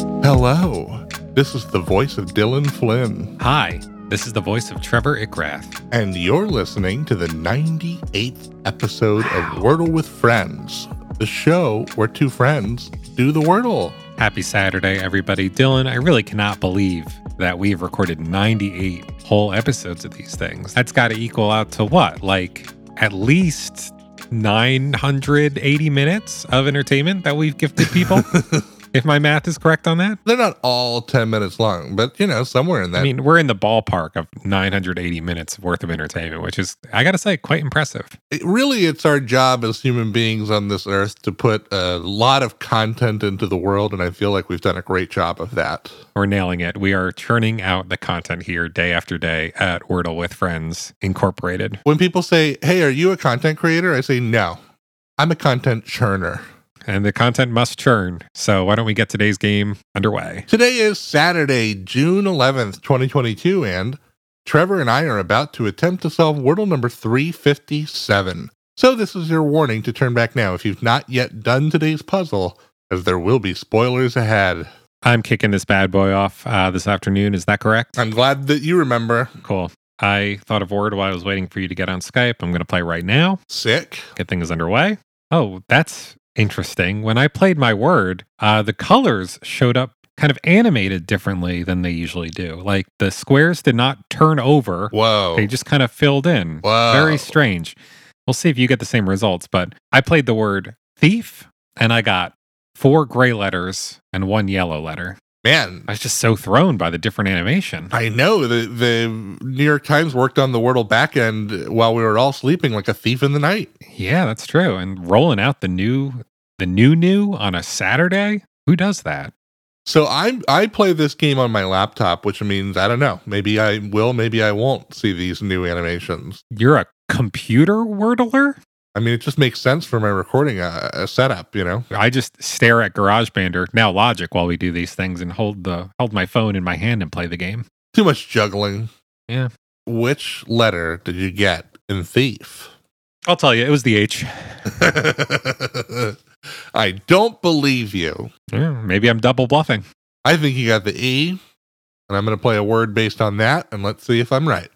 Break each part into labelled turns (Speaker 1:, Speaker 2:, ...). Speaker 1: Hello. This is the voice of Dylan Flynn,
Speaker 2: Hi, this is the voice of Trevor Ickrath.
Speaker 1: and you're listening to the 98th episode of Wordle with Friends, the show where two friends do the Wordle.
Speaker 2: Happy Saturday, everybody. Dylan, I really cannot believe that we've recorded 98 whole episodes of these things. That's got to equal out to what? Like at least 980 minutes of entertainment that we've gifted people, if my math is correct on that.
Speaker 1: They're not all 10 minutes long, but you know, somewhere in that.
Speaker 2: I mean, we're in the ballpark of 980 minutes worth of entertainment, which is, I got to say, quite impressive.
Speaker 1: it- really, it's our job as human beings on this earth to put a lot of content into the world, and I feel like we've done a great job of that.
Speaker 2: We're nailing it. We are churning out the content here day after day at Wordle with Friends Incorporated.
Speaker 1: When people say, Hey, are you a content creator? I say, No, I'm a content churner.
Speaker 2: and the content must churn. So why don't we get today's game underway?
Speaker 1: Today is Saturday, June 11th, 2022, and Trevor and I are about to attempt to solve Wordle number 357. So, this is your warning to turn back now if you've not yet done today's puzzle, as there will be spoilers ahead.
Speaker 2: I'm kicking this bad boy off uh, this afternoon. Is that correct?
Speaker 1: I'm glad that you remember.
Speaker 2: cool. I thought of Word while I was waiting for you to get on Skype. I'm going to play right now.
Speaker 1: Sick.
Speaker 2: Get things underway. Oh, that's interesting. When I played my Word, uh, the colors showed up kind of animated differently than they usually do. Like the squares did not turn over,
Speaker 1: Whoa.
Speaker 2: they just kind of filled in.
Speaker 1: Whoa.
Speaker 2: Very strange. We'll see if you get the same results, but I played the word thief and I got four gray letters and one yellow letter.
Speaker 1: Man,
Speaker 2: I was just so thrown by the different animation.
Speaker 1: I know the, the New York Times worked on the Wordle backend while we were all sleeping like a thief in the night.
Speaker 2: Yeah, that's true. And rolling out the new the new new on a Saturday? Who does that?
Speaker 1: So I I play this game on my laptop, which means I don't know. Maybe I will, maybe I won't see these new animations.
Speaker 2: You're a computer wordler?
Speaker 1: I mean, it just makes sense for my recording uh, uh, setup, you know.
Speaker 2: I just stare at GarageBand or now Logic while we do these things and hold the hold my phone in my hand and play the game.
Speaker 1: Too much juggling.
Speaker 2: Yeah.
Speaker 1: Which letter did you get in Thief?
Speaker 2: I'll tell you, it was the H.
Speaker 1: I don't believe you.
Speaker 2: Yeah, maybe I'm double bluffing.
Speaker 1: I think you got the E, and I'm going to play a word based on that, and let's see if I'm right.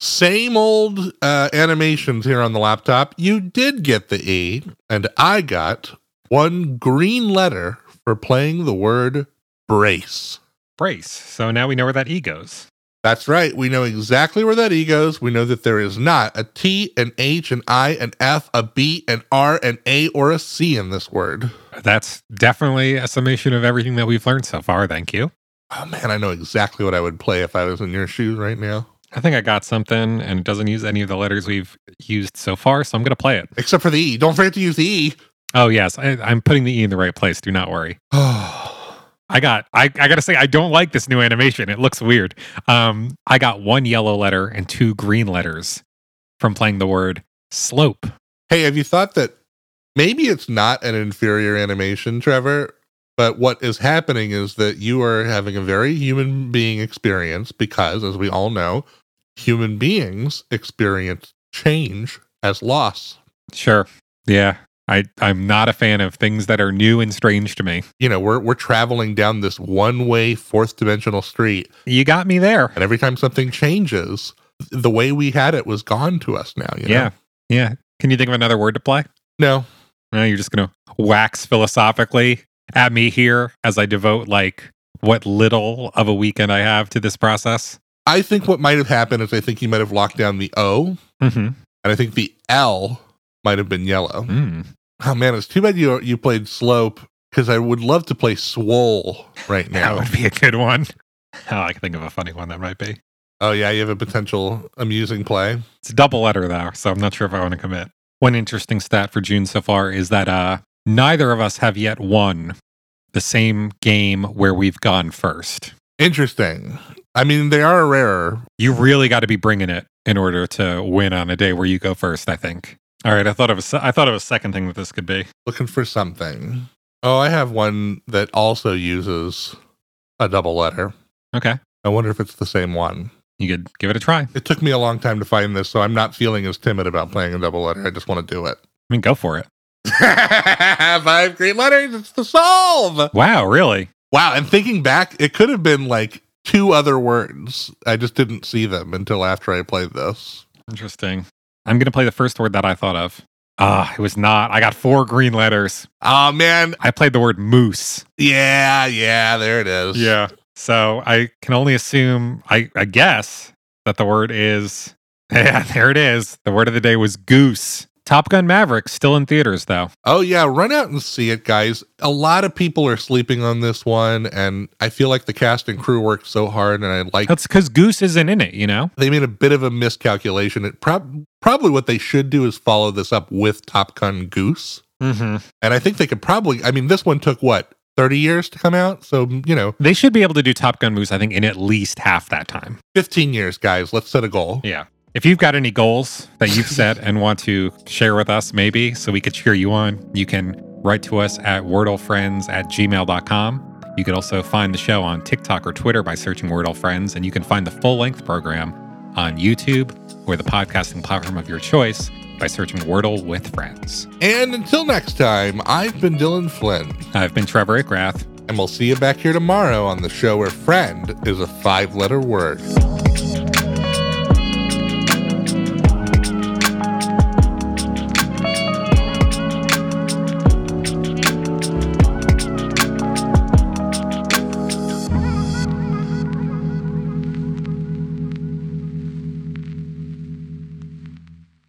Speaker 1: Same old uh, animations here on the laptop. You did get the E, and I got one green letter for playing the word brace.
Speaker 2: brace. So now we know where that E goes.
Speaker 1: That's right. We know exactly where that E goes. We know that there is not a T, an H, an I, an F, a B, an R, an A, or a C in this word.
Speaker 2: That's definitely a summation of everything that we've learned so far. Thank you.
Speaker 1: Oh man, I know exactly what I would play if I was in your shoes right now.
Speaker 2: I think I got something and it doesn't use any of the letters we've used so far, so I'm going to play it.
Speaker 1: Except for the E. Don't forget to use the E.
Speaker 2: Oh, yes. I, I'm putting the E in the right place. Do not worry.
Speaker 1: Oh,
Speaker 2: I got, I, I got to say, I don't like this new animation. It looks weird. Um, I got one yellow letter and two green letters from playing the word slope.
Speaker 1: hey, have you thought that maybe it's not an inferior animation, Trevor? But what is happening is that you are having a very human being experience because, as we all know, human beings experience change as loss.
Speaker 2: Sure. Yeah. I, I'm not a fan of things that are new and strange to me.
Speaker 1: You know, we're we're traveling down this one-way fourth dimensional street,
Speaker 2: You got me there.
Speaker 1: and every time something changes, the way we had it was gone to us now. You know?
Speaker 2: Yeah. Yeah. Can you think of another word to play?
Speaker 1: No.
Speaker 2: No, you're just going to wax philosophically at me here as I devote like what little of a weekend I have to this process.
Speaker 1: I think what might have happened is I think you might have locked down the O
Speaker 2: Mm-hmm.
Speaker 1: and I think the L might have been yellow.
Speaker 2: Mm.
Speaker 1: Oh man, it's too bad you you played slope because I would love to play swole right
Speaker 2: That
Speaker 1: now.
Speaker 2: would be a good one. Oh, I can think of a funny one that might be.
Speaker 1: oh yeah, you have a potential amusing play.
Speaker 2: It's a double letter though, so I'm not sure if I want to commit. One interesting stat for June so far is that uh, neither of us have yet won the same game where we've gone first.
Speaker 1: Interesting. I mean, they are rarer.
Speaker 2: You really got to be bringing it in order to win on a day where you go first. I think. All right, I thought of a se- I thought of a second thing that this could be.
Speaker 1: Looking for something. Oh, I have one that also uses a double letter.
Speaker 2: Okay.
Speaker 1: I wonder if it's the same one.
Speaker 2: you could give it a try. I
Speaker 1: It took me a long time to find this, so I'm not feeling as timid about playing a double letter. I just want to do it.
Speaker 2: mean, go for it.
Speaker 1: Five green letters. It's the solve.
Speaker 2: Wow, really?
Speaker 1: Wow. And thinking back, it could have been like two other words. I just didn't see them until after I played this.
Speaker 2: Interesting. I'm going to play the first word that I thought of. Ah, it was not. I got four green letters.
Speaker 1: Oh, man.
Speaker 2: I played the word moose.
Speaker 1: Yeah. Yeah. There it is.
Speaker 2: So I can only assume, I, I guess, that the word is. Yeah, there it is. The word of the day was goose. Top Gun Maverick, still in theaters, though.
Speaker 1: Oh, yeah. Run out and see it, guys. A lot of people are sleeping on this one. And I feel like the cast and crew worked so hard. And I like
Speaker 2: That's because goose isn't in it, you know?
Speaker 1: they made a bit of a miscalculation. It prob- probably what they should do is follow this up with Top Gun Goose.
Speaker 2: Mm-hmm.
Speaker 1: And I think they could probably, I mean, this one took what, 30 years to come out? So, you know,
Speaker 2: They should be able to do Top Gun moose, I think, in at least half that time.
Speaker 1: 15 years, guys. Let's set a goal.
Speaker 2: Yeah. If you've got any goals that you've set and want to share with us, maybe so we could cheer you on, you can write to us at wordlefriends at gmail.com. You can also find the show on TikTok or Twitter by searching Wordle Friends, and you can find the full length program on YouTube or the podcasting platform of your choice by searching Wordle with Friends.
Speaker 1: And until next time, I've been Dylan Flynn,
Speaker 2: I've been Trevor Ickrath.
Speaker 1: and we'll see you back here tomorrow on the show where friend is a five letter word.